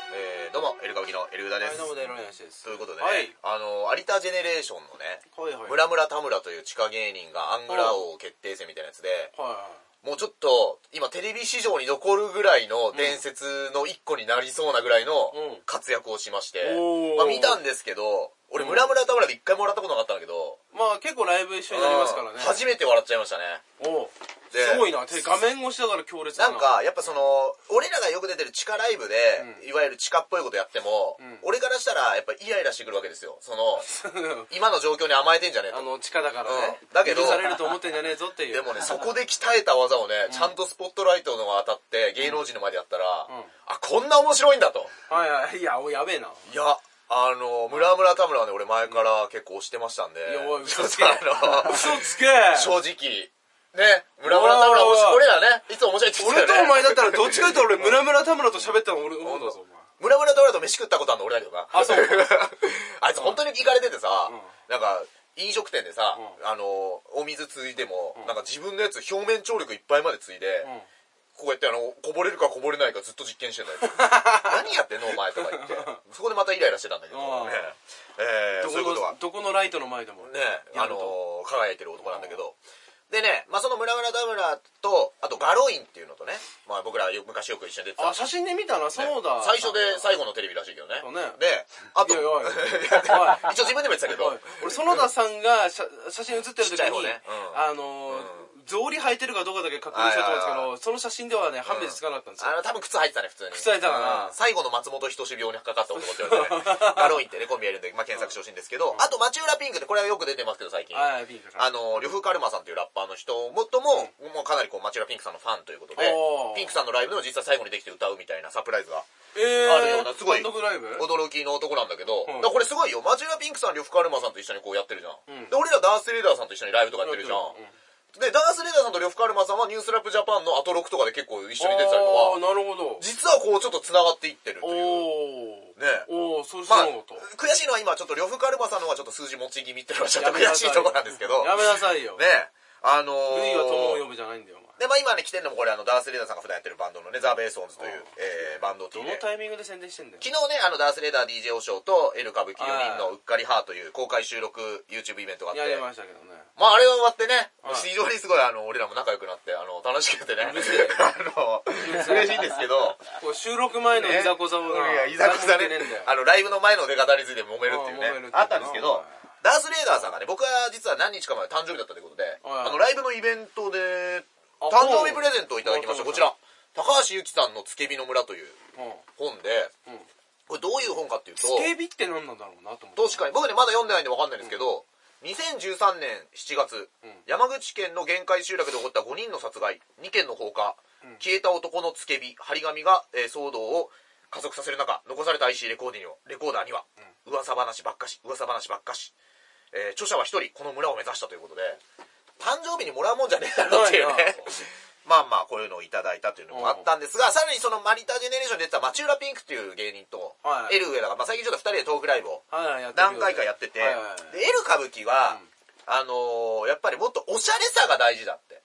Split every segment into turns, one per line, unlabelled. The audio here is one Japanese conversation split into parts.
エル歌舞伎のエル歌です
どうも大野林です
ということでね、
はい
あの有田ジェネレーションのね
はいはい
村村田村という地下芸人がアングラ王決定戦みたいなやつで
は
もうちょっと今テレビ史上に残るぐらいの伝説の一個になりそうなぐらいの
うん
活躍をしまして、
おー
まあ、見たんですけど俺
うん
村村田村で一回もらったことなかったんだけど、
いまあ結構ライブ一緒になりますから
う
ね
ん初めて笑っちゃいましたね
おう
です
ごいなて画面越しだから強烈だ
な
なん
かやっぱその俺らがよく出てる地下ライブで、いわゆる地下っぽいことやっても、
うん
俺からしたらやっぱイライラしてくるわけですよその
うん
今の状況に甘えてんじゃねえと
あの地下だからね、
うんだけど
許されると思ってんじゃねえぞっていう
で もねそこで鍛えた技をね、ちゃんとスポットライトのが当たって芸能人の前でやったら、
うん
あこんな面白いんだと
はいはいいやおやべえない
やあの村村田村はね俺前から結構推してましたんで、
いやおい
ちょ
嘘
っ
つけ
とあの
嘘つけ
正直ね村村田村推し
おいおいおい
俺らねいつも面白いって言って
俺と
たよ
お
ね
前だったらどっちかというと俺村村田村と喋ったの俺の方だぞお
村村と俺らと飯食ったことあるの俺だけどな
あそう
あいつ本当に行かれててさ、
ん
なんか飲食店でさ、
うん
あのお水ついても、なんか自分のやつ表面張力いっぱいまでついで、
前
こうやってあのこぼれるかこぼれないかずっと実験してんだ よ何やってんのお前とか言ってそこでまたイライラしてたんだけど
ああ
ねえー
ど
そういう
こ
ことが
のどこのライトの前でも
ね
や
あ
る
の
と
輝いてる男なんだけどでね、まあ、その村村田村とあとガロインっていうのとね、まあ、僕らよ昔よく一緒に出てた
あ写真で見たなそうだ
最初で最後のテレビらしいけどね
そうね
であと
いやいやいや
い や一応自分でも言ってたけ
はい
ど
俺園田さんが写写真写ってる
ちっ
時
ちゃい
に、
方ねうん
あのー草履履いてるかどうかだけ確認しようと思ったんですけ
はいはい
どその写真ではね判別つかなかったんですよ
あ、の多分靴履いてたね普通に
靴履いてたかな
うん最後の松本人志病にかかった男って言われて ねガロインってねコンビやるんで、まあ、検索してほしいんですけど、あと町浦ピンクってこれはよく出てますけど最近
はいピンクさん
あの呂布カルマさんというラッパーの人もとも,、もうかなりこう町浦ピンクさんのファンということで
おー
ピンクさんのライブでも実際最後にできて歌うみたいなサプライズが
えー、
あるようなすごい
単独ライブ
驚きの男なんだけど、
うん
だからこれすごいよ町浦ピンクさん呂布カルマさんと一緒にこうやってるじゃん、
うん
で俺らダースレーダーさんと一緒にライブとかやってるじゃん、でダースレーダーさんと呂布カルマさんはニュースラップジャパンのアトロックとかで結構一緒に出てたりと
あー
か
なるほど
実はこうちょっと繋がっていってるという
おー
ね
おーそれ知
ま
ら
あ
なかった、
悔しいのは今ちょっと呂布カルマさんの方がちょっと数字持ち気味っていうのはちょっと
や
悔
めな
し
さい
いところなんですけどね
やめなさい よ、
あのー
ルイは友を呼ぶじゃないんだよお前
でまあ今ね来てるのもこれあのダースレーダーさんが普段やってるバンドのねザ・ベーソンズという、えーバンド T
ど
で
のタイミングで宣伝してんだよ
昨日ねあのダースレーダー DJ おショーと L 歌舞伎4人のうっかりハーという公開収録 YouTube イベントがあって
やりましたけどね
まああれが終わってね、
はい
非常にすごいあの俺らも仲良くなってあの楽しくてねあ
うるせえ
の嬉しいんですけど
これ収録前のいざこざを
ね
ない
やいざこざね
誰も見てえんだよ
あのライブの前の出方について揉めるっていう
ああ揉めるってい
ね
うな
あったんですけ
お前
どダースレーダーさんがね僕は実は何日か前誕生日だったということで
はい
あのライブのイベントで
あ
誕生日プレゼントをいただきました
ほう
こちら高橋由紀さんの「つけびの村」という本で
うんうん
これどういう本かっていうと
警備って何なんだろうなと思っ
確
て
かに僕ねまだ読んでないんで分かんないんですけど、2013年7月、
うん
山口県の限界集落で起こった5人の殺害2件の放火、
ん
消えた男のつけ火張り紙が、えー騒動を加速させる中残された IC レコーディにはレコーダーには、噂話ばっかし噂話ばっかし、えー著者は1人この村を目指したということで誕生日にもらうもんじゃねえだろっていうね
ないな
まあまあこういうのをいただいたというのもあったんですが、さらにそのマリタジェネレーションで出てた町浦ピンクっていう芸人と、
はい
エルウェラが、まあ、最近ちょっと2人でトークライブを
はいはいやってるよ
何回かやってて、
はいはいはい
で L 歌舞伎は、あのーやっぱりもっとおしゃれさが大事だって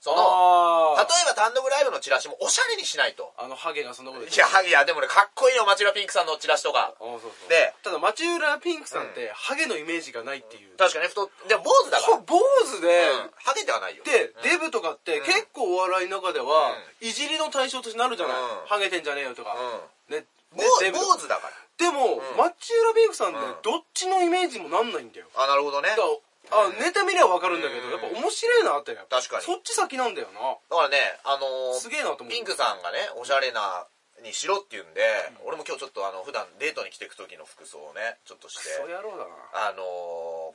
その
あ
例
ー
えば単独ライブのチラシもおしゃれにしないと
あのハゲがそんなこと言っ
い
て
や
る
いやでもねかっこいいよ町浦ピンクさんのチラシとか
あそうそう
で
ただ町浦ピンクさんってハゲのイメージがないっていう
確かに太っでも坊主だから、う
こ
ん、
れ坊主で
ハゲてはないよ
でデブとかって結構お笑いの中では
う
いじりの対象としてなるじゃない
うん
ハゲてんじゃねえよとか
う
ねね
ん、坊
デブ
坊主だから
でも町浦ピンクさんって
うん
どっちのイメージもなんないんだよ
あなるほどね
だからあネタ見りゃ分かるんだけど
うん
やっぱ面白いなって
確かに
そっち先なんだよな
だからね、あのー
すげえなと思う
ピンクさんがね、おしゃれな、にしろって言うんで、俺も今日ちょっとあの、普段デートに着てく時の服装をね、ちょっとして、
そうやろうだな
あの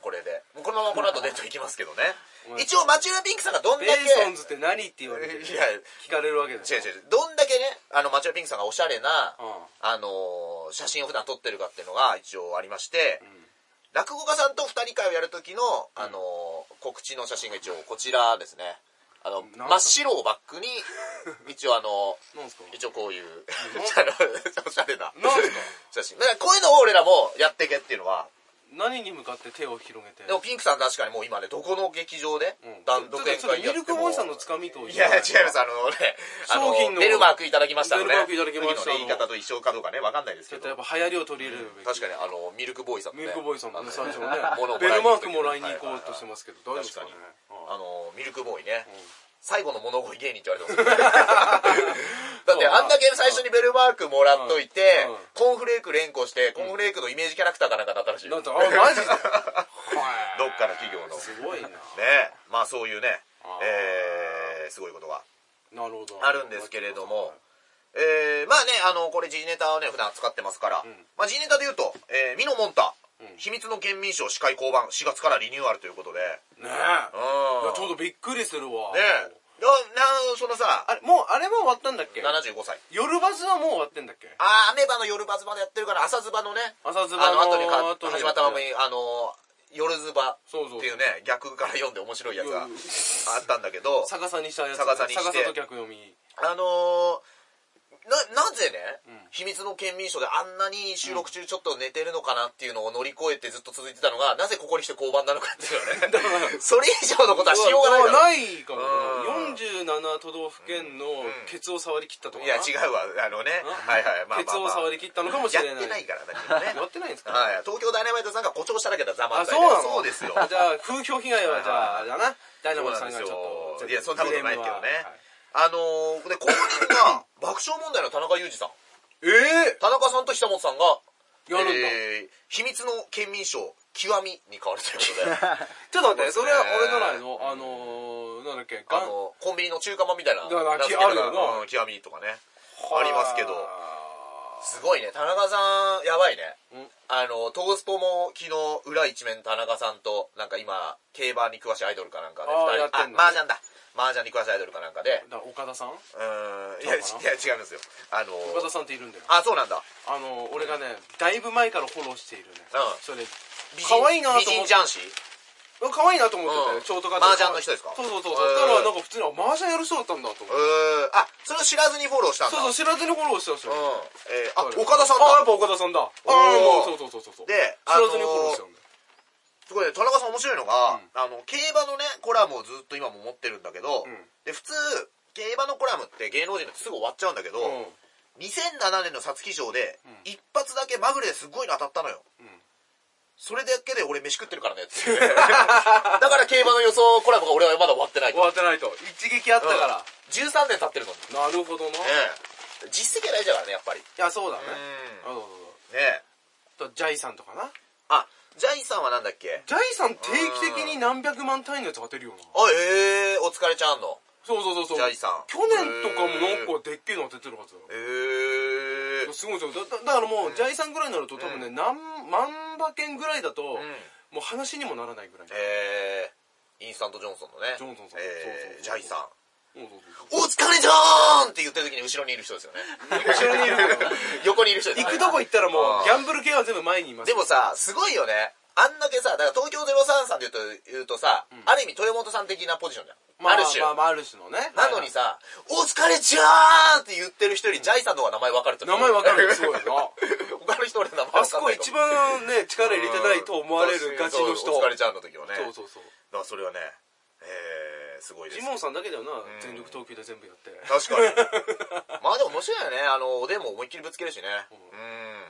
ーこれで。もうこのままこの後デート行きますけどね
お。前
一応、町浦ピンクさんがどんだ
ベ
け、
ーソン
い
ズって何って言われてる
や、違う
聞かれるわけでしょ
違う、どんだけね、あの、町浦ピンクさんがおしゃれな、
うん
あのー写真を普段撮ってるかっていうのが一応ありまして、
ん
落語家さんと二人会をやる時の、あのー告知の写真が一応こちらですね。あの、
なんか
真っ白をバックに、一応あの
なんすか
一応こういう、あのおしゃれな
なんすか
写真。だからこういうのを俺らもやってけっていうのは、
何に向かって手を広げて
でもピンクさん確かにもう今ねどこの劇場で
うん
単独演
ちょっと
会
ミ
やって
ルク
も
モンスターのつかみと
いやいや違いますあのねあ
商品の
ベルマークいただきましたのね
ベルマークいただきました
次のね言い方と一緒かどうかねわかんないです
ち
けど
ょっとやっぱ流行りを取り入れるべき
確かにあのミルクボーイさんも
ミ
ね
ルクボーイさん
あ
も
の
ね最初ね
物をも
ベ
らい
ル
に行
マ
く
ー
時
クもらいに行こうとしてますけど大丈夫ですかね
あのミルクボーイね最後の物乞い芸人って言われ てますよねだってあんだけ最初にベルマークもらっといて
うんうん
コーンフレーク連呼してコーンフレークのイメージキャラクターかなんかだったらしい
うんなん
ど
とあマジで
っかの企業の
すごい な
ねまあそういうね
あー
えーすごいことが
なるほど
あるんですけれどもえーまあねあのこれ G ネタをね普段使ってますから、
ん
まあ、G ネタで言うと、えー、ミノモンタ、
うん
秘密の県民賞司会交番4月からリニューアルということで
ねえ
うん
いやちょうどびっくりするわ
ねえななそのさ
あれもうあれも終わったんだっけ
75歳
夜バスはもう終わってんだっけ
ああアメバの夜バズバでやってるから朝ズバのね
朝ズ
あ
バ
の
の
後にか
後に
始まったままにあの夜ズバ
そうそう
っていうね逆から読んで面白いやつが
うん
あったんだけど
逆さにしたやつ
逆さにして
逆さと逆読み
あのーななぜね、
ん
秘密の県民賞であんなに収録中ちょっと寝てるのかなっていうのを乗り越えてずっと続いてたのがなぜここにして交番なのかっていうのはねそれ以上のことはしようがないから
ないから
うん
47都道府県のケツを触り切ったとか
いや違うわあのねはいはいまあまあ、まあ、
ケツを触り切ったのかもしれない
やってないからだけどね
やってないんですか
はい、東京ダイナマイトさんが誇張しただけだざま
あ
ん
そうなの
そうですよ
じゃあ風評被害はじゃああれだな大
そう
丈夫
な
さ
ん
ん
で
が
す
ちょ
よ
っと
いやそんなことないですけどね
はい、
あのー、で後任が爆笑問題の田中裕二さん
え
田中さんと久本さんが
えやるんだ
えー秘密の県民賞極みに変わるということで
ちょっと待ってそれは俺のないのあのーなんだっけ
あ
がん
のコンビニの中華まんみたいな
だから
名付け
あるよな
うん極みとかねありますけどすごいね田中さんやばいね
うん
あのトースポも昨日裏一面田中さんとなんか今競馬に詳しいアイドルかなんかで
あー
二
やってんの
あ麻雀だ麻雀に詳しいアイドルかなんかで
だから岡田さん
うーんいやいや
そうか
違うんですよあの
岡田さんっているんだよ
あそうなんだ
あの俺がねだいぶ前からフォローしているね、
うん
それ
美人
可愛いなと思っ
美
て
人雀士
可愛いなと思ってて、
うん
ショートカット
麻雀の人ですか
そうそうそうそう
へー
だからなんか普通にあ麻雀やる人だったんだと
う
思って、
ーんあそれを知らずにフォローしたんだ
そうそう知らずにフォローしてました
うん
よ、
えーあ
そう
岡田さん
あや
だ
っぱ岡田さんだあ
おー
あそうそうそうそうそう
で
知
あの
らずにフォローしてたんだよ
すごいね田中さん面白いのが、
うん
あの競馬のねコラムをずっと今も持ってるんだけど、
うん
で普通競馬のコラムって芸能人のってすぐ終わっちゃうんだけど、
うん
2007年の皐月賞で
ん
一発だけまぐれですごいの当たったのよ、
ん
それだけで俺飯食ってるから ねっつってだから競馬の予想コラムが俺はまだ終わってない
終わってないと一撃あったから、
13年経ってるのに、
なるほどな、い
ええ実績が大事だからねやっぱり
やそうだね
う
あそうそう
ねえ
そうとジャイさんとかな
あジャイさんはなんだっけ
ジャイさん定期的に何百万単位のやつ当てるよな
あええお疲れちゃんの
そうそうそうそう
ジャイさん
去年とかもなんかでっけえの当ててるはずだよ
ええ
すごいですよだだだからもう、ジャイさんぐらいになると多分ね、何万馬券ぐらいだと、もう話にもならないぐらい、
えー、インスタントジョンソンのね。
ジョンソンさん
えー、ジ
そ
ャ
うそうそう
イさん。
うんそ
お
うそう
疲れじゃーんって言ってる時に後ろにいる人ですよね。
後ろにいるけど
横にいる人です
行
よね
くとこ行ったら
あー
もうギャンブル系は全部前にいます
でもさ、すごいよね。あんだけさ、だから東京03さんで言うと、言うとさ、ある意味豊本さん的なポジションじゃん。
まあ
ある種。
まあまあある種のね
なのにさ、お疲れじゃーんって言ってる人より、ジャイさんの方が名前わかるって
名前わかるのすごいな
他の人俺名前わかんない
あそこ一番ね力入れてないと思われるガチの人
そうお疲れちゃんの時はね。
そうそうそう
だからそれはね、えー、すごいです
ジ
よ。
モンさんだけだよな、全力投球で全部やってだ
確 かにまあでも面白いよねあのおでんも思いっきりぶつけるしね
か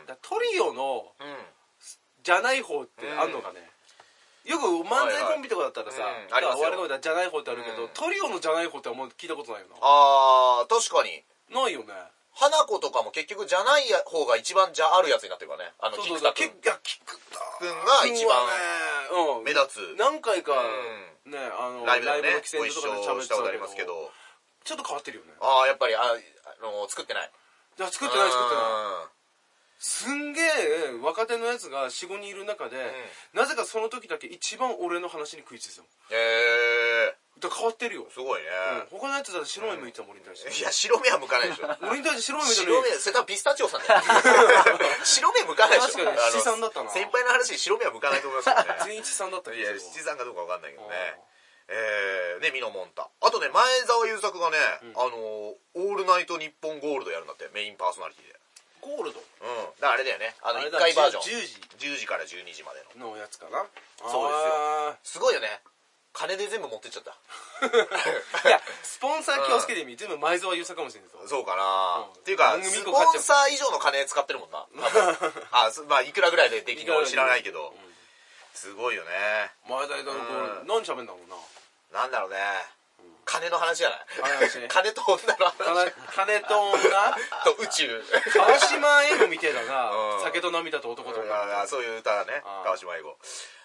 らトリ オの
うんうん
じゃない方ってあんのかね、よく漫才コンビとかだったらさ、
はいはいうん
だから
ありますよ
我々のじゃない方ってあるけど、
うん
トリオのじゃない方ってあんま聞いたことないよな
あー確かに
ないよね
花子とかも結局じゃない方が一番じゃあるやつになってるからねあの
そう
菊
そう
田
そう
君
結果キックタ
君が一番
うん
目立つ
何回か
う
ねあの
ライブでね
の喫
ご
煙
一
所とかで
緒
喋
し
っ
てたこと
た
ありますけど
ちょっと変わってるよね
ああやっぱりああの作ってない
いや作ってない作ってない
うん
すんげえ若手のやつが45人いる中でなぜかその時だけ一番俺の話に食いついてたの
え
だから変わってるよ
ー、すごいね
うん他のやつだって白目向いてたもん俺に対して
いや白目は向かないでしょ
俺に対 して白目向いてる
白目それ多分ピスタチオさんだ よ白目向かないでしょ
確かに
あの
七三だったな
先輩の話白目は向かないと思いますよね
全員一さんだったよ
いや
そ
七
れは
三かどうかわかんないけどね
あ
えー、ねミノモンタあとね前澤友作がね、あのーオールナイトニッポンゴールド」やるんだってメインパーソナリティで
ゴールド
うんだからあれだよねあの
あれ
1
だ
回バージョン
10時
10時から12時までの
のやつかな
そうですよ
あ
すごいよね金で全部持ってっちゃった
ー いやスポンサー気をつけてみ全部埋蔵は優作かもしれないですよ
そうかな、
うん
っていうか
番組
ス
一
ポ
個買っちゃ
ン
う
サー以上の金使ってるもんなあすまあいくらぐらいでできるのか知らないけど、すごいよね
前田だ
うん
何喋んだろうな
なんだろうね金の話じゃない
金の話 ね
金と女の話
金金と女
と宇宙
川島英語みてえだな
うん
酒と涙と男と女
あーそういう歌だね
あー
川島英語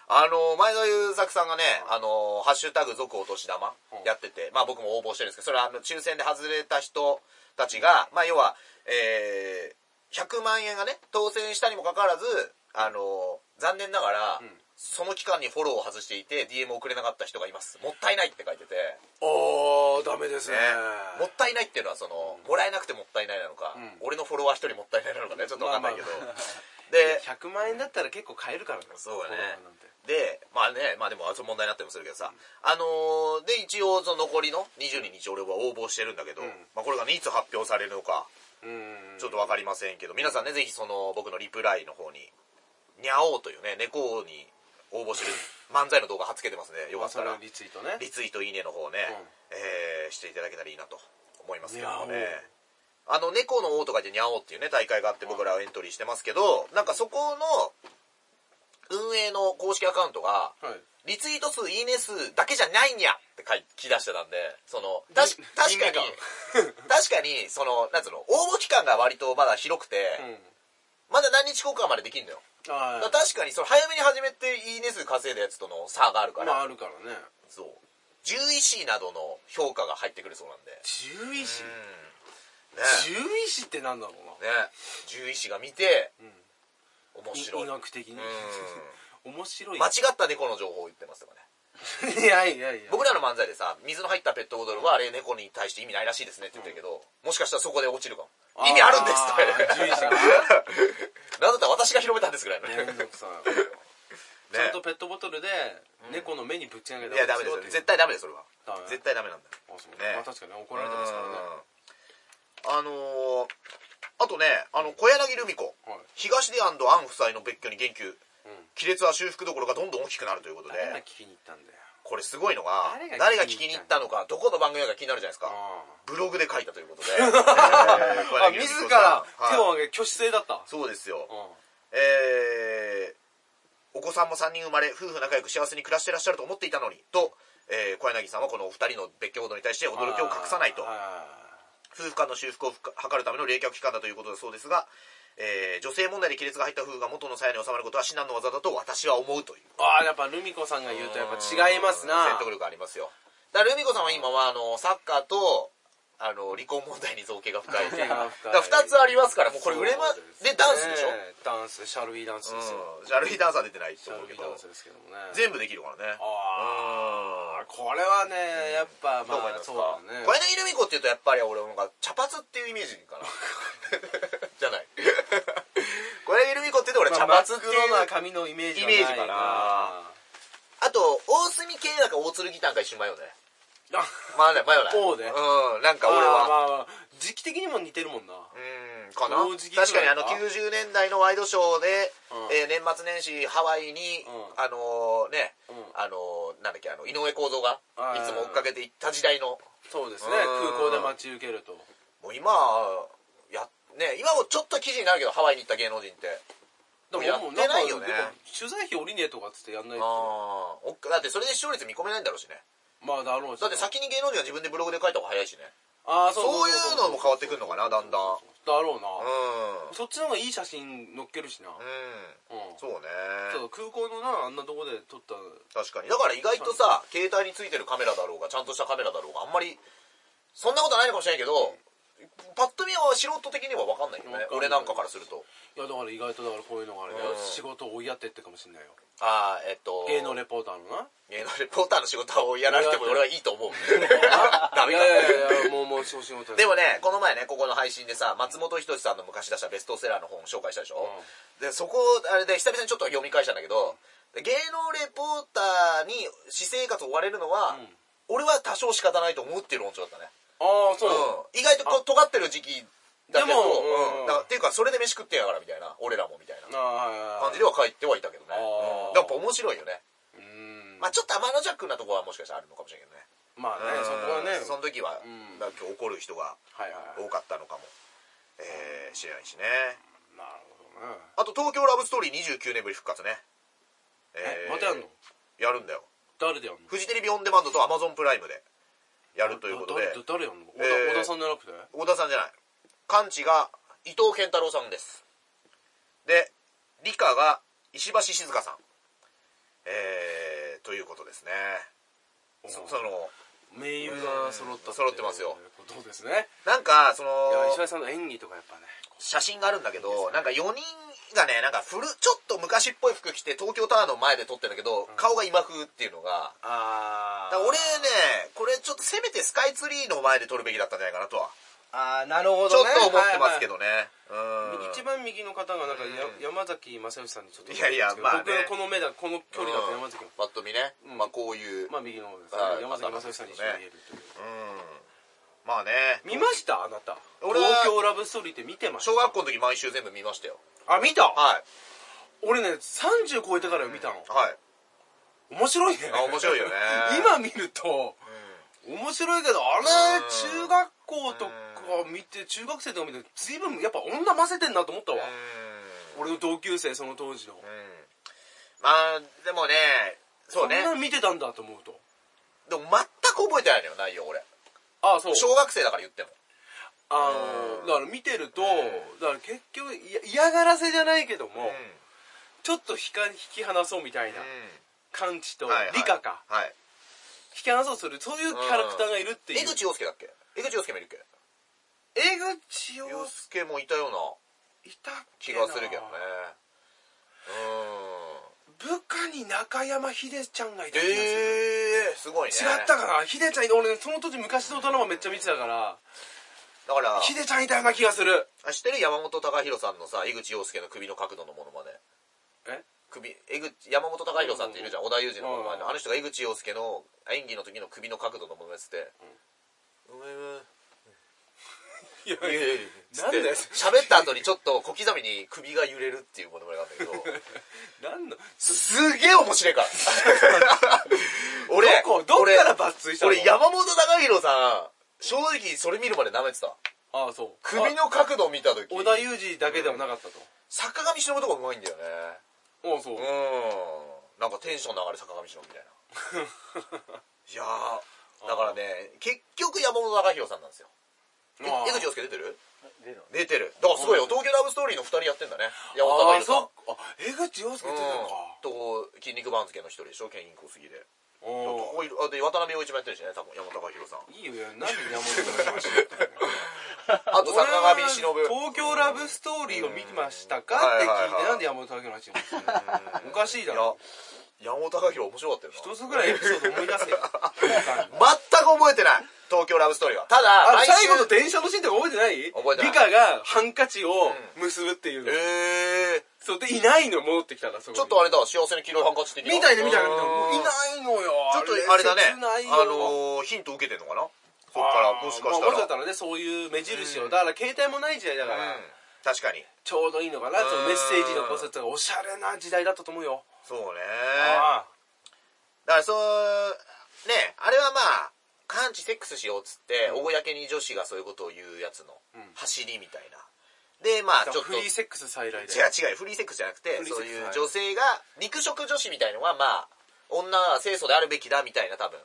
あの前田優作さんがね「あのハッシュタグ族お年玉」やってて、まあ、僕も応募してるんですけどそれはあの抽選で外れた人たちが、まあ、要は、えー100万円がね当選したにもかかわらずあの残念ながら、
ん
その期間にフォローを外していて DM を送れなかった人がいますもったいないって書いてて、
おーダメですね
もったいないっていうのはその、もらえなくてもったいないなのか、
ん
俺のフォロワー一人もったいないなのかねちょっと分かんないけど、
まあまあ
で
100万円だったら結構買えるからね
そうだね
こんなのなんて
でまあねまあでもあそれ問題になったりもするけどさ、あのーで一応その残りの22日俺は応募してるんだけど、
ん
まあ、これがねいつ発表されるのか
うん
ちょっと分かりませんけど、皆さんねぜひその僕のリプライの方に「にゃおう」というね猫に応募してる漫才の動画貼っつけてますねよか
まあ
っ
そ
た
れ
ら
リツイートね
リツイートいいねの方ね、えーしていただけたらいいなと思いますけども
に
ね
ゃ
あの猫の王とかでニャオっていうね大会があって僕らはエントリーしてますけどなんかそこの運営の公式アカウントが
はい
リツイート数いいね数だけじゃないにゃって書き出してたんでそのたし確かに
人
確かにそのなんつうの応募期間が割とまだ広くて、
うん
まだ何日後かまでできるのよ
あ
だ
ー
から確かにその早めに始めていいね数稼いだやつとの差があるから、
まああるからね
そう獣医師などの評価が入ってくるそうなんで
獣医師
ね
獣医師ってなんだろうな
ね獣医師が見て、面白い
医学的に
う
面白い
間違った猫の情報を言ってますとかね
いやいやいや
僕らの漫才でさ水の入ったペットボトルはあれ猫に対して意味ないらしいですねって言ってるけど、もしかしたらそこで落ちるかも意味あるんですとか
あー獣医師がね
なんだったら私が広めたんですぐらいのね
めんどくさいちゃんとペットボトルで猫の目にぶち上げた
いやダメですよ
っていう
絶対ダメですそれは
ダメ
絶対ダメなんだよ
あそう
ね
まあ確かに怒られてますからね
うんあのーあとねあの小柳ルミ子、
はい
東出アン夫妻の別居に言及
うん
亀裂は修復どころかどんどん大きくなるということで
誰が聞きに行ったんだよ
これすごいのが
誰が
誰が聞
聞
き
き
に
に
行
行
っ
った
のかどこの番組か気になるじゃないですか
あ
ブログで書いたということ で
あ
えー
自ら
は
手を
い
挙げ挙手制だった
そうですよ
うん
えーお子さんも3人生まれ夫婦仲良く幸せに暮らしてらっしゃると思っていたのにと、えー小柳さんはこのお二人の別居報道に対して驚きを隠さないと
あ
夫婦間の修復を図るための冷却期間だということだそうですが、えー女性問題で亀裂が入った夫婦が元の鞘に収まることは至難の技だと私は思うという
ーあーやっぱルミ子さんが言うとやっぱ違いますな
説得力ありますよだからルミ子さんは今はあのサッカーとあの離婚問題に造形が深い
造形が深い
だから2つありますからもうこれ売れま
そうす
でダンスでしょ、
ねダンスシャルウィーダンスですよ
うん、じゃあルイダンサー出てないと
シャル
思うけ
ウィー
ど
ダンスですけどもね
全部できるからね
ああこれはねやっぱ
どう思いま
まあ
す
そ
か
うだね
小柳ルミ子っていうとやっぱり俺なんか茶髪っていうイメージか なじゃ ない小柳ルミ子っていうと俺茶
まあ
髪っ
真って
いう
黒な髪のイメージはな
イ
い
メージかなあと大隅系だか大鶴ギターか一瞬迷うね
あ
迷わない迷わない
そうね
うんなんか
まあ
俺は
まあまあ時期的にも似てるもんな
うーんかな
同時期ぐらい
確かにあの
か
90年代のワイドショーで、
うん
えー年末年始ハワイに、
うん
あのーね、
うん
あのーなんだっけあの井上公造が
はい
いつも追っかけていった時代の
そうですね
うん
空港で待ち受けると
もう今やね今もちょっと記事になるけどハワイに行った芸能人ってもうやってないよね
でも取材費降りねえとかっつってやんない
あーおっかだってそれで視聴率見込めないんだろうしね
まあだろうし
だって先に芸能人は自分でブログで書いた方が早いしね
ああ
そういうのも変わってくるのかなだんだんう
だろう
ん
な、そっちの方がいい写真載っけるしな、うん
うんそうね
ただ空港のなあんなとこで撮った
確かにだから意外とさ携帯についてるカメラだろうがちゃんとしたカメラだろうがあんまりそんなことないのかもしれないけどパッと見は素人的には分かんないよね
分かんな
俺
い
なんかからすると
いやだから意外とだからこういうのがあれだ
うん
よ仕事を追いやってってかもしんないよ
ああえっと
芸能レポーターのな
芸能レポーターの仕事をやられても俺はいいと思うダ
い
メ
や
か
いやいやもうもうそう仕事
でもねこの前ねここの配信でさ松本人志さんの昔出したベストセラーの本を紹介したでしょ、でそこあれで久々にちょっと読み返したんだけど芸能レポーターに私生活を追われるのは、
うん
俺は多少仕方ないと思うっていう論調だったね
ああそう、
うん、意外とこう尖ってる時期だけど
でもうん
うんだからっていうかそれで飯食ってんやからみたいな俺らもみたいな
ああはいはい
感じでは書いてはいたけどね
あー
うんやっぱ面白いよね
うん
まあちょっと天のジャックなとこはもしかしたらあるのかもしれんけどね
まあねそこはね
その時は
うん
だから今日怒る人が
はいはい
多かったのかもえー、知れないしね
なるほどね
あと東京ラブストーリー29年ぶり復活ね
え
えー
またやんの
やるんだよ
誰でやんの
フジテレビオンデマンドとアマゾンプライムでやるということで
だだ誰やんの小田
えー
小田さんじゃなくては
小田さんじゃない完治が伊藤健太郎さんですで理科が石橋静香さんえー、ということですねそその
名優が揃った
うん揃ってますよ
そうですね
なんかその
いや石橋さんの演技とかやっぱね
写真があるんだけどなんか4人がねなんか古ちょっと昔っぽい服着て東京タワーの前で撮ってるんだけど、顔が今風っていうのが
あ
だから俺ねこれちょっとせめてスカイツリーの前で撮るべきだったんじゃないかなとは
ああなるほ
ちょっと思ってますけ
ど
どね、うん
一番右の方がなんかや山崎正義さんにちょっと
いやいやまあね
僕はこの目だこの距離だと山崎
うんぱっと見ね、
うん
まあこういう、
まあ右の方ですね
はい
山崎正義さんに一緒に見えるという
うんまあね
見ましたあなた
俺は
東京ラブストーリーって見てました
小学校の時毎週全部見ましたよ
あ見た
はい
俺ね30超えてから見たの
はい
面白いね
あ面白いよね
今見ると面白いけどあれ
うん
中学校とか見て中学生とか見て随分やっぱ女混ぜてんなと思ったわ
うん
俺の同級生その当時の
うんまあでもねそうね
こんなの見てたんだと思うと
でも全く覚えてないのよ内容俺
ああそう
小学生だから言っても
あのだから見てるとだから結局いや嫌がらせじゃないけどもちょっと引か引き離そうみたいな感知と
はいはい
理科か
はい
引き離そうするそういうキャラクターがいるっていう
江口洋介だっけ江口洋介もいるっけ
江口を
洋介もいたようない
たっ
気
けな
がするけどねうん
部下に中山秀ちゃんがいた気がする、
ええすごいね
違ったかな秀ちゃんいた俺その当時昔のドラマめっちゃ見てたから
だから
秀ちゃんいたような気がする
あ知ってる山本隆弘さんのさ江口洋介の首の角度のものまね
え
首江口山本隆弘さんっているじゃん織田裕二のものまね
うん
あの人が江口洋介の演技の時の首の角度のものまねっつって「お前は」
いや
いやいやいやつって
なんだよ
喋った後にちょっと小刻みに首が揺れるっていうものまねがあるんだけど
何の
すげえ面白いから 俺
どこどっから抜粋したの
俺俺山本隆弘さん正直それ見るまで舐めてた
ああそう
首の角度見た時
あ織田裕二だけではなかったと、
坂上忍とかうまいんだよね
ああそう、
うんなんかテンションの上がる坂上忍み たいないやーだからね結局山本隆弘さんなんですよえ
あー
江口洋介出てる
出るの
出てるだからすごいよ
うん
東京ラブストーリーの2人やってんだね山本
ああ
隆弘さん
そっかあ江口洋介ってたのか
うんと筋肉番付の一人でしょケンインコスギで
お
ここいるあで渡辺陽一もやってるしね多分山高弘さん
ーいいよいや何で山本 の話だったの
あと坂上忍
俺は東京ラブストーリーを見ましたか
うん
って聞い
はいはいはい
てなんで山本の話をするのおかしいだろ
いや山本高弘面白かったよな
一つぐらいエピソード思い出せよ
全く覚えてない東京ラブストーリーはただ
あの
毎週
最後の電車のシーンとか覚えてない
覚えてない
理科がハンカチを結ぶっていうの、
ええ
そうでいないの戻ってきたからそこに
ちょっとあれだ幸せの黄色いハンカチ的な
みたいなみたいなみたいなも
う
うんいないのよ
ちょっとあれだね
切ないよ
あのーヒント受けてんのかなそっからもしかし
まあもしかしたた
ら
らねそういう目印をだから携帯もない時代だから、
うん確かに
ちょうどいいのかなそのメッセージのコンセプトがおしゃれな時代だったと思うよ、
そうね
ああ
だからそうねあれはまあ完治セックスしようっつって、公に女子がそういうことを言うやつの
ん
走りみたいな、でまあ
だ
ち
か
ょっと違
らフ
う
リーセックス再来で
違うフリーセックスじゃなくて
フリー
そう
セックス
いう
はい
女性が肉食女子みたいのはまあ女は清楚であるべきだみたいな多分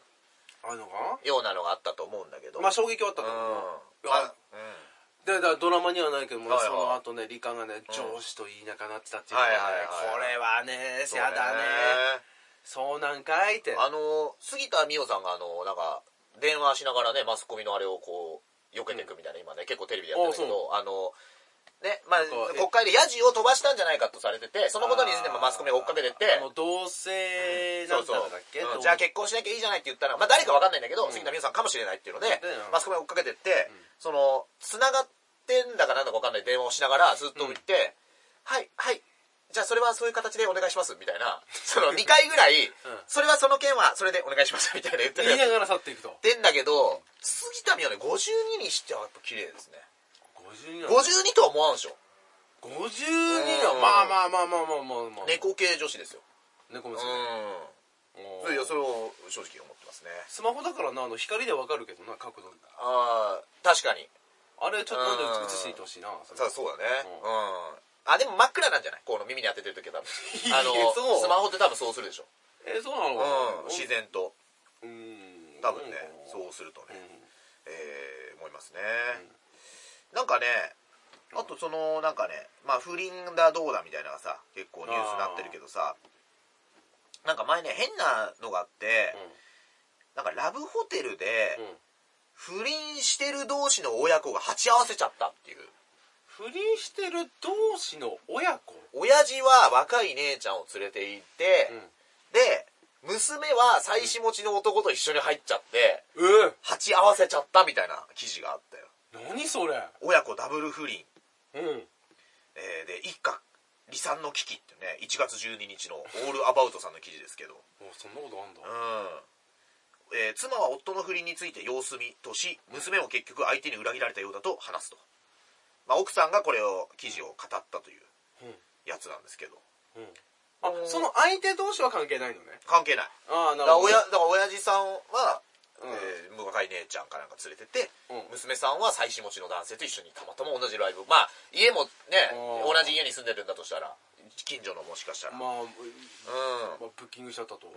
あるのか
ようなのがあったと思うんだけど
なまあ衝撃はあった
う
と
ん
思う、
あうん
でだからドラマにはないけども、ね
はいはい
その後ね理科がね上司といい仲になってたっていうの
はい
がね、
はい
これはねやだねそうなんかいって
あの杉田美桜さんがあのなんか電話しながらねマスコミのあれをこう避けていくみたいな、今ね結構テレビでやってるんだけどあのねまあ
そう
国会でヤジを飛ばしたんじゃないかとされててそのことについてもマスコミが追っかけてって
あの同性な
そうんそう
たらだっけ、
うん
同
じゃあ結婚しなきゃいいじゃないって言ったら、まあ、誰かわかんないんだけど、
うん
杉田美桜さんかもしれないっていうので、
うん
マスコミが追っかけてって、そのつながってんだかなんだかわかんない電話をしながらずっと言って、はいはいじゃあそれはそういう形でお願いしますみたいな その2回ぐらい、それはその件はそれでお願いしますみたいな言ってる
言い
や
な
つ
がら去っていくと
言ってんだけど杉田美桜ね52にしてはやっぱ綺麗ですね
52 52なの
52とは思わんでしょ
52
う
なんまあまあまあまあまあまあまあ
猫系女子ですよ
猫
う
娘
ん
おー
いやそれを正直思ってますね
スマホだからなあの光でわかるけどな角度
ああ確かに
あれちょっとなんで
うん
映していってほしいなそれ
さあそうだね
う
うん、あでも真っ暗なんじゃないこの耳に当ててる時は多分あ
いやそ
の
う
スマホって多分そうするでしょ、
えーそうなのかな
うん、自然と
うん
多分ね
うん
そうするとね、
う
えー思いますね、なんかねあとそのなんかねまあ不倫だどうだみたいなのがさ結構ニュースになってるけどさなんか前ね変なのがあって、なんかラブホテルで
んうん
不倫してる同士の親子が鉢合わせちゃったっていう
不倫してる同士の親子
親父は若い姉ちゃんを連れて行って、で娘は妻子持ちの男と一緒に入っちゃって
え
鉢合わせちゃったみたいな記事があったよ
何それ
親子ダブル不倫
うん
えーで一家離散の危機ってね1月12日のオールアバウトさんの記事ですけど、
おそんなことあんだ
うんえー妻は夫の不倫について様子見とし娘も結局相手に裏切られたようだと話すと、まあ、奥さんがこれを記事を語ったというやつなんですけど
うんうんあその相手同士は関係ないのね
関係ない
ああな
だ
る
から
ほど
親だから親父さんは、
う
え
ん
ー若い姉ちゃんかなんか連れてって、
うん
娘さんは妻子持ちの男性と一緒にたまたま同じライブまあ家もね
あー
同じ家に住んでるんだとしたら近所のもしかしたら、
まあ
うん
まあブッキングしちゃった
う
と
ん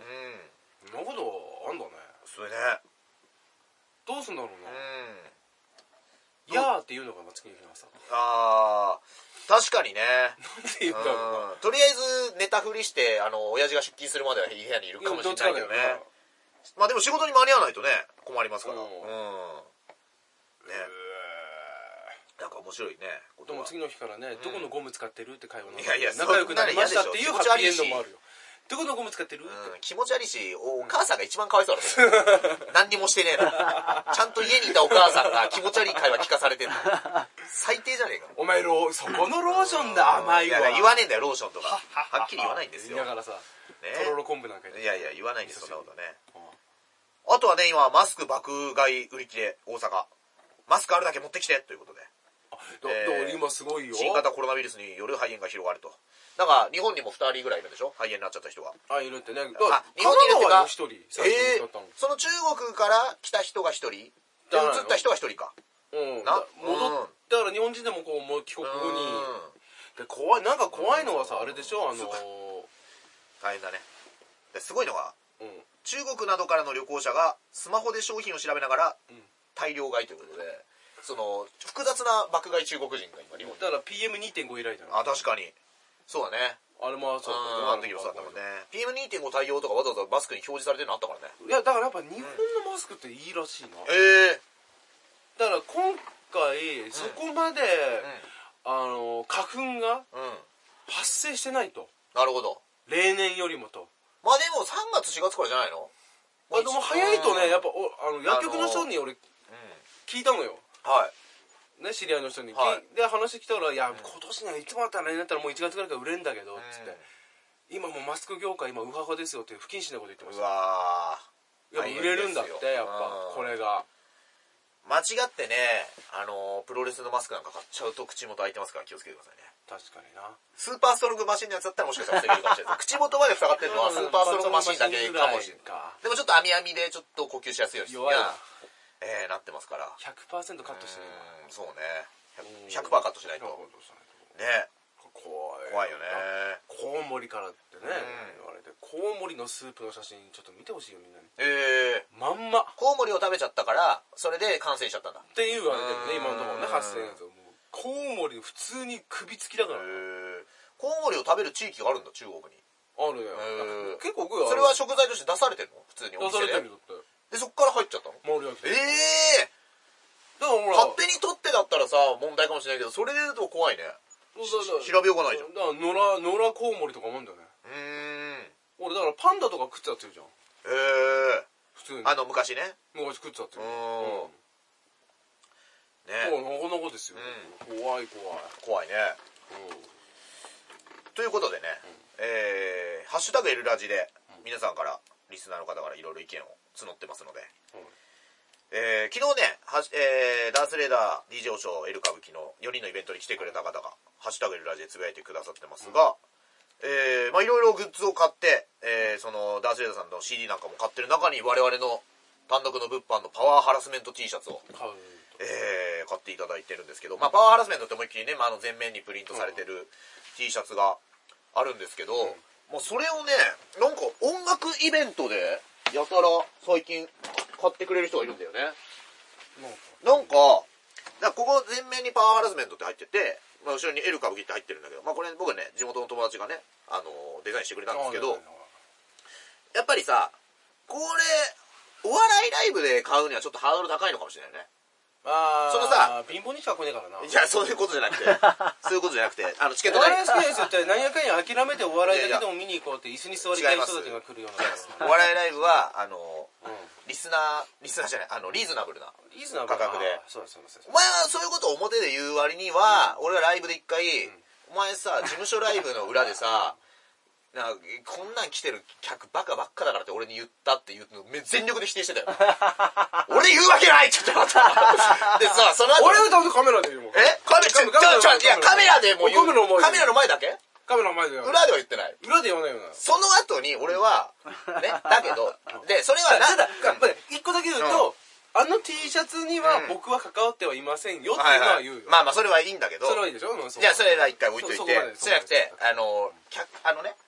そんなことあんだね
それね
どうすんだろう
うん
な「やー」っていうのが松木 ひなさん
あー確かにね
なんて言うんだろうな
うんとりあえず寝たふりしてあの親父が出勤するまでは部屋にいるかもしれないけどねまあでも仕事に間に合わないとね困りますからう
うんん
ねなんか面白いねこ
で
と
も
は
次の日からね「どこのゴム使ってる?」って会話ない
やいや
仲良くなりましたっていう
そん
ハ
なの
ッ
嫌で
ピーエン
しょ
ドもあるよ「どこのゴム使ってる?」
うん気持ち悪いしおお母さんが一番かわいそうだもん何にもしてねえなちゃんと家にいたお母さんが気持ち悪い会話聞かされてんの最低じゃねえか
お前ローそこのローションだ甘いわ
や言わねえんだよローションとかはっきり言わないんですよ
だからさとろろ昆布なんか入れ
い
て
やいや言わないんですそん
味
な
噌
こと
汁
ねあとはね今マスク爆買い売り切れ大阪マスクあるだけ持ってきてということで
あだ
えー
だから今すごいよ
新型コロナウイルスによる肺炎が広がるとだから日本にも2人ぐらいいるんでしょ肺炎になっちゃった人が
あいるってねあ
あ
神奈川の一
日本に
人
いる人
最初に使
が
ったの
えーその中国から来た人が1人で移
だからよ
った人が1人か
うん
な
だ戻
うん
っだから日本人でもこうもう帰
う
国後に
ん
で怖いなんか怖いのは
うん
さあれでしょあ
そう
の
か
ー
大変だねですごいのが
うん
中国などからの旅行者がスマホで商品を調べながら
ん
大量買いということでその複雑な爆買い中国人が今日本に
だから PM2.5 以来だな
あ確かにそうだね
あれもそう
うんあの時もそうだったもんね PM2.5 対応とかわざわざマスクに表示されてるのあったからね
いやだからやっぱ日本のマスクっていいらしいなだ
ええ
から今回そこまであのー花粉が
うん、
発生してないと
なるほど
例年よりもと
まあでも3月4月からじゃないの
あでも早いとねやっぱおあの薬局
あの
の
ー
人に俺
う
聞いたのよ
んはい
ね、知り合いの人に、
はい
きで話してきたら「いや今年ねいつもだったら来年だったらもう1月ぐらいから売れんだけど」っつって、今もうマスク業界今ウハウハですよ」っていう不謹慎なこと言ってまし
う
た
わ
いやもう売れるんだっ
大変です
て
よ
やっぱ
うん
これが
ー間違ってねあのープロレスのマスクなんか買っちゃうと口元開いてますから気をつけてくださいね
確かにな
スーパーストロングマシンのやつだったらもしかしたら防げるかもしれ ない口元まで塞がってるのはスーパーストロングマシンだけかもしれない
か
でもちょっと網網でちょっと呼吸しやすいように
弱いな
えーなってますから
100%カットしてる
うんそうね100%カットしないとね
怖
怖
い
いよね
コウモリからってね
ん
言われてコウモリのスープの写真ちょっと見てほしいよみんなに
ええ
まんまっ
コウモリを食べちゃったからそれで感染しちゃったんだ
ていうあれだよね今のところね
うん
発生のやつはもうコウモリ普通に首つきだからね
コウモリを食べる地域があるんだ中国に
あるよ
へー
結構食うよ
それは食材として出されてるの普通にお
出
店
さ
で
れてるよだっ
で
て
そっから入っちゃったの
周りは来て
え
だか
え
らほら
勝手に取ってだったらさ問題かもしれないけどそれで言うと怖いね
手
調べようがないじゃん
だから野良野良コウモリとかもあんだよね
うーん
俺だからパンダとか食ってたって言うじゃん
ええ
普通に
あの昔ね
昔食ってたって
う
言う
ーん
も
ね
うなかなかですよ怖い怖
怖
い
いねということでね、えーハッシュタグエルラジで皆さんからリスナーの方からいろいろ意見を募ってますので、
うん
えー昨日ねはじ、えーダンスレーダー DJ おしょうエル歌舞伎の4人のイベントに来てくれた方が「ハッシュタグエルラジ」でつぶやいてくださってますが、えーまあいろいろグッズを買って、えーそのダンスレーダーさんの CD なんかも買ってる中に我々の単独の物販のパワーハラスメント T シャツを、
買う
えー買っていただいてるんですけど、まあ、パワーハラスメントって思いっきりね、まあ、あの前面にプリントされてる T シャツがあるんですけど、もうそれをねなんか音楽イベントでやたら最近買ってくれる人がいるんだよね。なんか、だからここ全面にパワーハラスメントって入ってて、まあ、後ろに L 歌舞伎って入ってるんだけど、まあ、これ僕ね、地元の友達がね、あのデザインしてくれたんですけど、やっぱりさ、これ、お笑いライブで買うにはちょっとハードル高いのかもしれないよね。
あー
そのさ
貧乏にしか来ねえからない
や、そういうことじゃな くて、そういうことじゃなくて、あの、チケッ
お
ト代
笑い好きなやつ絶対何やかんや諦めてお笑いだけでも見に行こうって椅子に座りたい
違いま
人
す
たちが来るような
お笑いライブは、あの
う
リスナー、リスナーじゃない、あの、リーズナブルな。
んリーズナブルな
価格で
そうですそうですそう
お
です
前はそういうことを表で言う割には、俺はライブで一回、お前さ、事務所ライブの裏でさ、 なんかこんなん来てる客バカばっかだからって俺に言ったっていうのめ全力で否定して たよ。俺言うわけないって言ってま た。でさ、その後、
俺歌うとカメラで言うもん
えカメラ、ちょ、ちょ、ちょ、いや、カメラでも言う。
カメラ
カメラの
の前で
前だけ
カメラの前で言う
裏では言ってない。
裏で言わないよな
その後に俺は、ね、だけど、で、それはな、
ただやっぱり一個だけ言うとあの T シャツには僕は関わってはいませんよって
は
いう
い
の
は
はい言うよ
まあまあ、それはいいんだけど。
それはいいでしょうんう
じゃあそれは一回置いといてそ
そ
うう
そ
じ
こ
ゃ
まで
なくてあの客あのね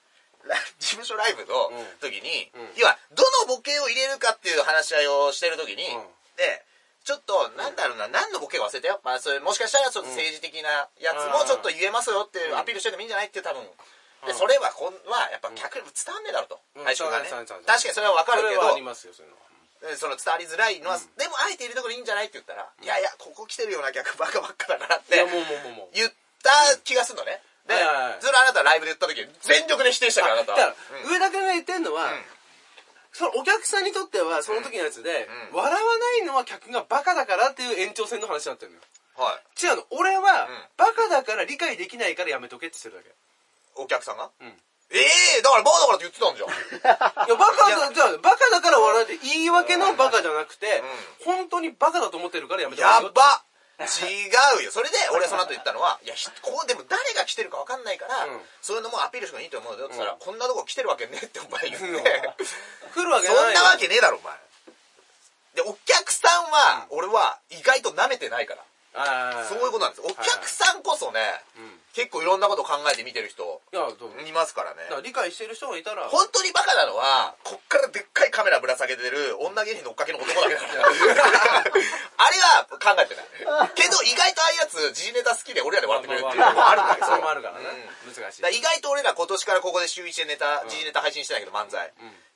ラ事務所ライブの時に、
うんうん
要はどのボケを入れるかっていう話し合いをしてる時に、
うん
でちょっとなんだろうな、何のボケか忘れたよ、まあ、それもしかしたらちょっと政治的なやつも
うん
ちょっと言えますよっていうアピールしててもいいんじゃないって多分。でそれはこんはやっぱ客にも伝わんねえだろうと、
うん
林くんがね
伝わん
確
ねえ伝わんねえ
かにそれは分か
そ
るけ
れ
ど
はありますよそういうのは
えーその伝わりづらいのは、でもあえているところいいんじゃないって言ったら、いやいやここ来てるような客バカばっかだからって
いやもうもうもうもう
言った気がするのね、で、
はいはいはい
それあなたライブで言った時全力で否定したからあなた
だから上田君が言ってんのは、そのお客さんにとってはその時のやつで、
うん
笑わないのは客がバカだからっていう延長線の話だったのよ
はい
違うの俺は、
ん
バカだから理解できないからやめとけって言ってる
お客さんが、
ん
ええだからバカだからって言ってたんじゃん
だけいやバカだじゃあバカだから笑うって言い訳のバカじゃなくて、本当にバカだと思ってる からやめとけ
や
よ
っば違うよそれで俺はその後言ったの は「いやひこうでも誰が来てるか分かんないから、
うん
そういうのもアピールしかいいと思うよ」って言ったら、
うん
こんなとこ来てるわけねえ」ってお前言って、
うん来るわけ
そ
ないよ
んなわけねえだろ、お前。で、お客さんは、俺は意外と舐めてないから。
あー
そういうことなんです。お客さんこそね、
ん
結構いろんなことを考えて見てる人、
いやどうだ
いますからね。
から理解してる人がいたら
本当にバカなのは、こっからでっかいカメラぶら下げてる女芸人の追っかけの男だけだから。あれは考えてない。けど意外とああいうやつ、時事ネタ好きで俺らで笑ってくれるっていうのもあるんだけど。
それもあるからね、難しい
だから意外と俺ら今年からここで週1でネタ、時事ネタ配信してないけど漫才、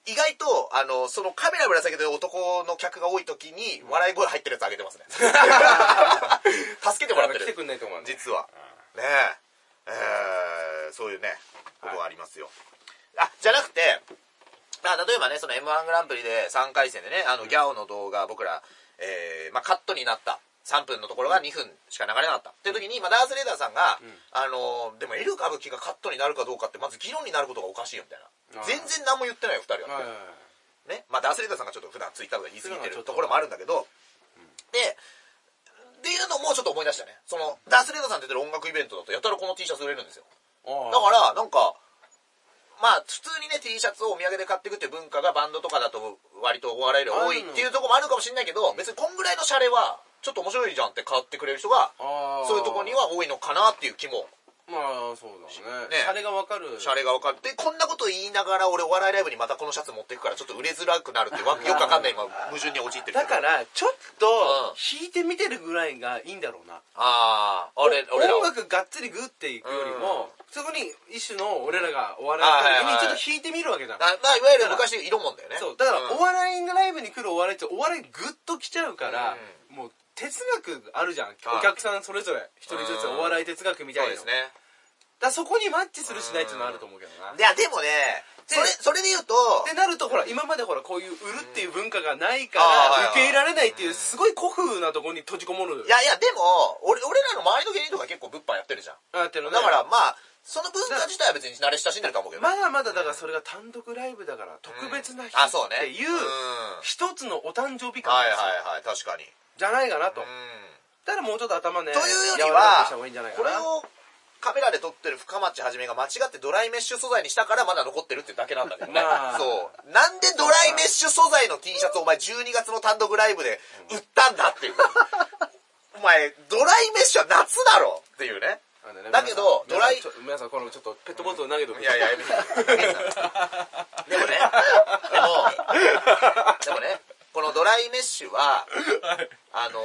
意外とあのそのカメラぶら下げてる男の客が多い時に笑い声入ってるやつあげてますね助けてもらって
来て
る
くんないと思うね
実はねええーそういうねことがありますよ、あじゃなくてまあ、例えばね、その M1 グランプリで3回戦でね、あの、ギャオの動画、僕ら、えー、まあ、カットになった。3分のところが2分しか流れなかった。っていう時に、まあ、ダースレーダーさんが、あのー、でも、エル歌舞伎がカットになるかどうかって、まず議論になることがおかしいよ、みたいな
あ。ー
全然何も言ってないよ、2人は
はいは。いはい
ね。まあ、ダースレーダーさんがちょっと普段ツイッターとか言い過ぎてる
そういうのはちょっ
と
と
ころもあるんだけど、で、っていうのもちょっと思い出したね。その、ダースレーダーさん出てる音楽イベントだと、やたらこの T シャツ売れるんですよ。だから、なんか、まあ、普通にね、T シャツをお土産で買っていくっていう文化がバンドとかだと割とお笑い量多いっていうところもあるかもしれないけど、別にこんぐらいのシャレは、ちょっと面白いじゃんって買ってくれる人が、
あー
そういうところには多いのかなっていう気も、
まあそうだね
ね
シャレがわかる
シャレが分かる。で、こんなこと言いながら俺お笑いライブにまたこのシャツ持っていくからちょっと売れづらくなるってわよくわかんない今、矛盾に陥ってるけど。、
だかららちょっと
うん
弾いてみてるぐらいがいいんだろうな
ああ、俺、俺ら
音
は。
楽がっつりグッていくよりもそこに一種の俺らがお笑い
あー
の時に
はい
ち
は
ょ
い
っと弾いてみるわけだ
なまあ、いわゆる昔で色もんだよね。
そうだから
ん
お笑いライブに来るお笑いってお笑いグッと来ちゃうからもう哲学あるじゃんお客さんそれぞれ一人ずつお笑い哲学みた
そ
いうな
です
のだか
ね。
らそこにマッチするしないっていうのはあると思うけどない
や、でもね、それ、それで言うと、
ってなるとほら今までほらこういう売るっていう文化がないか
うんあーはいは
ら
い
受け入れられないっていうすごい古風なところに閉じこもる
いやいや、でも、俺、俺らの周りの芸人とか結構物販やってるじゃん。
あってのね
だからまあ、その文化自体は別に慣れ親しんでるとは思うけどね
まだまだだからそれが単独ライブだから特別な日
あそう
っ
ね
ていう
うん
一つのお誕生日感
はい
ですよ
はいはい確かに
じゃないかなと
うん
だからもうちょっと頭ね
というより
柔らか
は
くした方がいいんじゃないか
こ
な
れをカメラで撮ってる深町はじめが間違ってドライメッシュ素材にしたからまだ残ってるってだけなんだけどね、
まあ
そうなんでドライメッシュ素材の T シャツをお前12月の単独ライブで売ったんだ っていうお前ドライメッシュは夏だろっていうね
あのね
だけど
皆さん
ドラ
皆さんこのちょっとペットボトル投げとく
いやいや、でもね、でもね、でもね、このドライメッシュは、あの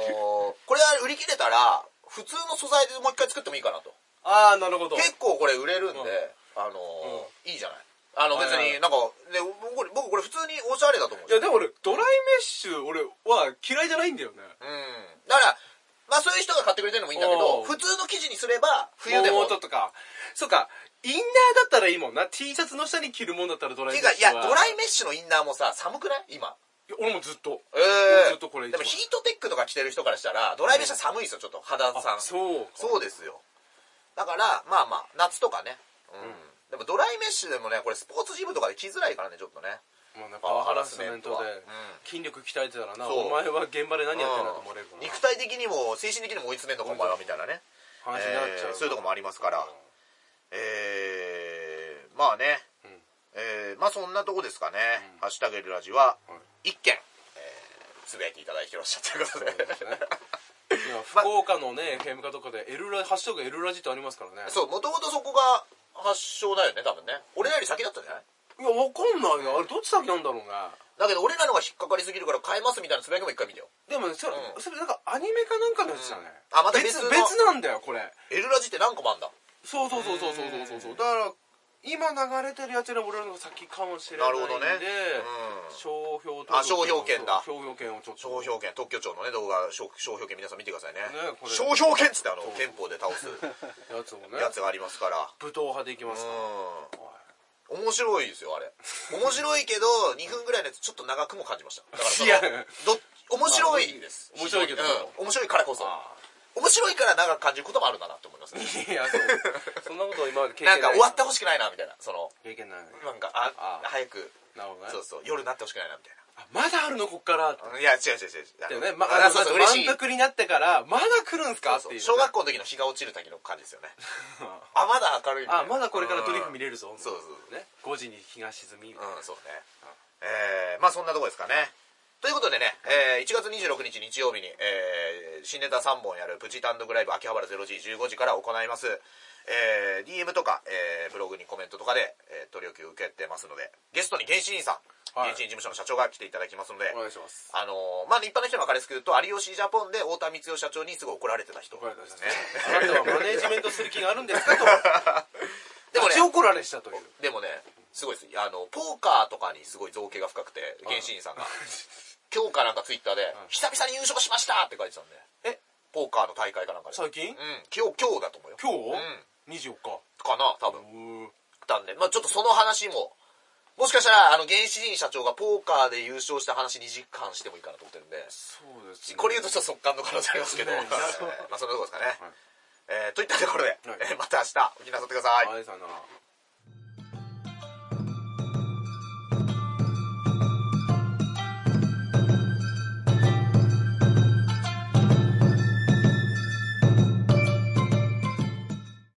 ーこれは売り切れたら、普通の素材でもう一回作ってもいいかなと。
ああなるほど
結構これ売れるんで、
うん
あのーいいじゃない。あの別になんか、ね、僕僕これ普通におしゃれだと思う
い
よ。
やでも俺ドライメッシュ俺は嫌いじゃないんだよね
うん。だから、まあそういう人が買ってくれてるのもいいんだけ
お
ど、
う
普通の生地にすれば、冬で
も
も。
うちょっとかそうかインナーだったらいいもんな T シャツの下に着るもんだったらドライ
てい
メッ
うか、い
シュ
や、
は
ドライメッシュのインナーもさ、寒くない今。
いや俺もずっと
ええ
ずっとこれ
で
一番
もヒートテックとか着てる人からしたらドライブ車寒いですよちょっと肌
あ
さんう
そうか
そうですよだからまあまあ夏とかねうん、
うん
でもドライメッシュでもねこれスポーツジムとかで着づらいからねちょっとね
もうなんかパワーハラスメント
パワーハラスメ
で
ントはうん
筋力鍛えてたらな
そう
お前は現場で何やってんだと思われ
う
る
ん
から
肉体的にも精神的にも追い詰めんのかお前はみたいなね、
話になっちゃ
えー
う、
そういうとこもありますから、えーまあね、
うん
えーまあそんなとこですかね「ハッシュタグルラジ」は
はい
1件、えーつぶやいていただいてらっしゃったということで
そうですねいや福岡のね FM 化とかで「エルラハッシュタグエルラジ」ってありますからね
そう、もともとそこが発祥だよね、多分ね。俺らより先だったんじゃない
いやわかんないなあれどっち先なんだろうね
だけど俺らのが引っかかりすぎるから変えますみたいなつぶやきも一回見てよ。
でもねそれ,、
うん
それなんかアニメかなんかのやつだね、
うんあまた別の
別なんだよこれ
エルラジって何個もあんだ。
そうそうそうそうそうそうそうだから今流れてるやつより俺らの方が先かもしれないんで
なるほどねうん
商標登録
あ商標権だ
商標権をちょっと
商標権、特許庁のね、動画、商商標権皆さん見てくださいね。
ねこれ
商標権っつってあの
そう、
憲法で倒す
やつをね
やつがありますから。
武闘派でいきますから、
う
はい
ん。面白いですよ、あれ。面白いけど、2分ぐらいのやつちょっと長くも感じました。だからその
いや
ど、面白いです。
面白いけど
うん面白いからこそ。
あ
面白いから長く感じることもあるんだなって思いますね。
ーいやそうそんなことは今まで経験
な
ない
んか終わってほしくないな、みたいな。その、
経験ない
なんか、あ、
あ
早く、
なるほどね
そうそう、夜になってほしくないな、みたい
あまだあるのこっからって
な。いや、違う違う違う。あの
ねま
あ
あ
そうそ
そう
う、
そう
嬉しい
満。腹になってからまだ来るんすか
そう
っていう
そう小学校の時の日が落ちる時の感じですよね。あ、まだ明るいみたいな
あまだこれからドリフ見れるぞ、
そうそう
ね5時に日が沈みみたいな
うん、そうね。えー、まあそんなとこですかね。ということでね、えー、1月26日日曜日に、えー、新ネタ3本やるプチ単独ライブ秋葉原0時15時から行います。えー、DM とか、えー、ブログにコメントとかで、えー、取り置きを受けてますので、ゲストに原始人さん、
はい
原始人事務所の社長が来ていただきますので、
お願いします
あのーまあ、一般の人に分かりやすく言うと、有吉ジャポンで太田光代社長にすごい怒られてた人
怒られた
で
ですす
ね
ね。あなたはマネージメントする気があるんですかと
でもね
立ち怒られしたという
でもね、すごいです。あの、ポーカーとかにすごい造形が深くて、原始人さんが。今日かなんかツイッターで、久々に優勝しましたって書いてたんで、
え
ポーカーの大会かなんかで。
最
う
近
ん、今日、今日だと思うよ。
今
うん
日、24日
かな、多分。
おー
たんで、まあちょっとその話も、もしかしたら、あの、原始人社長がポーカーで優勝した話2時間してもいいかなと思ってるんで、
そうですね
これ言うとちょっと速乾の可能性ありますけど、
ね
まあそんなとこですかね。
はい
えーといったところで、
はい
えーまた明日、お聞きなさってください。
あれさな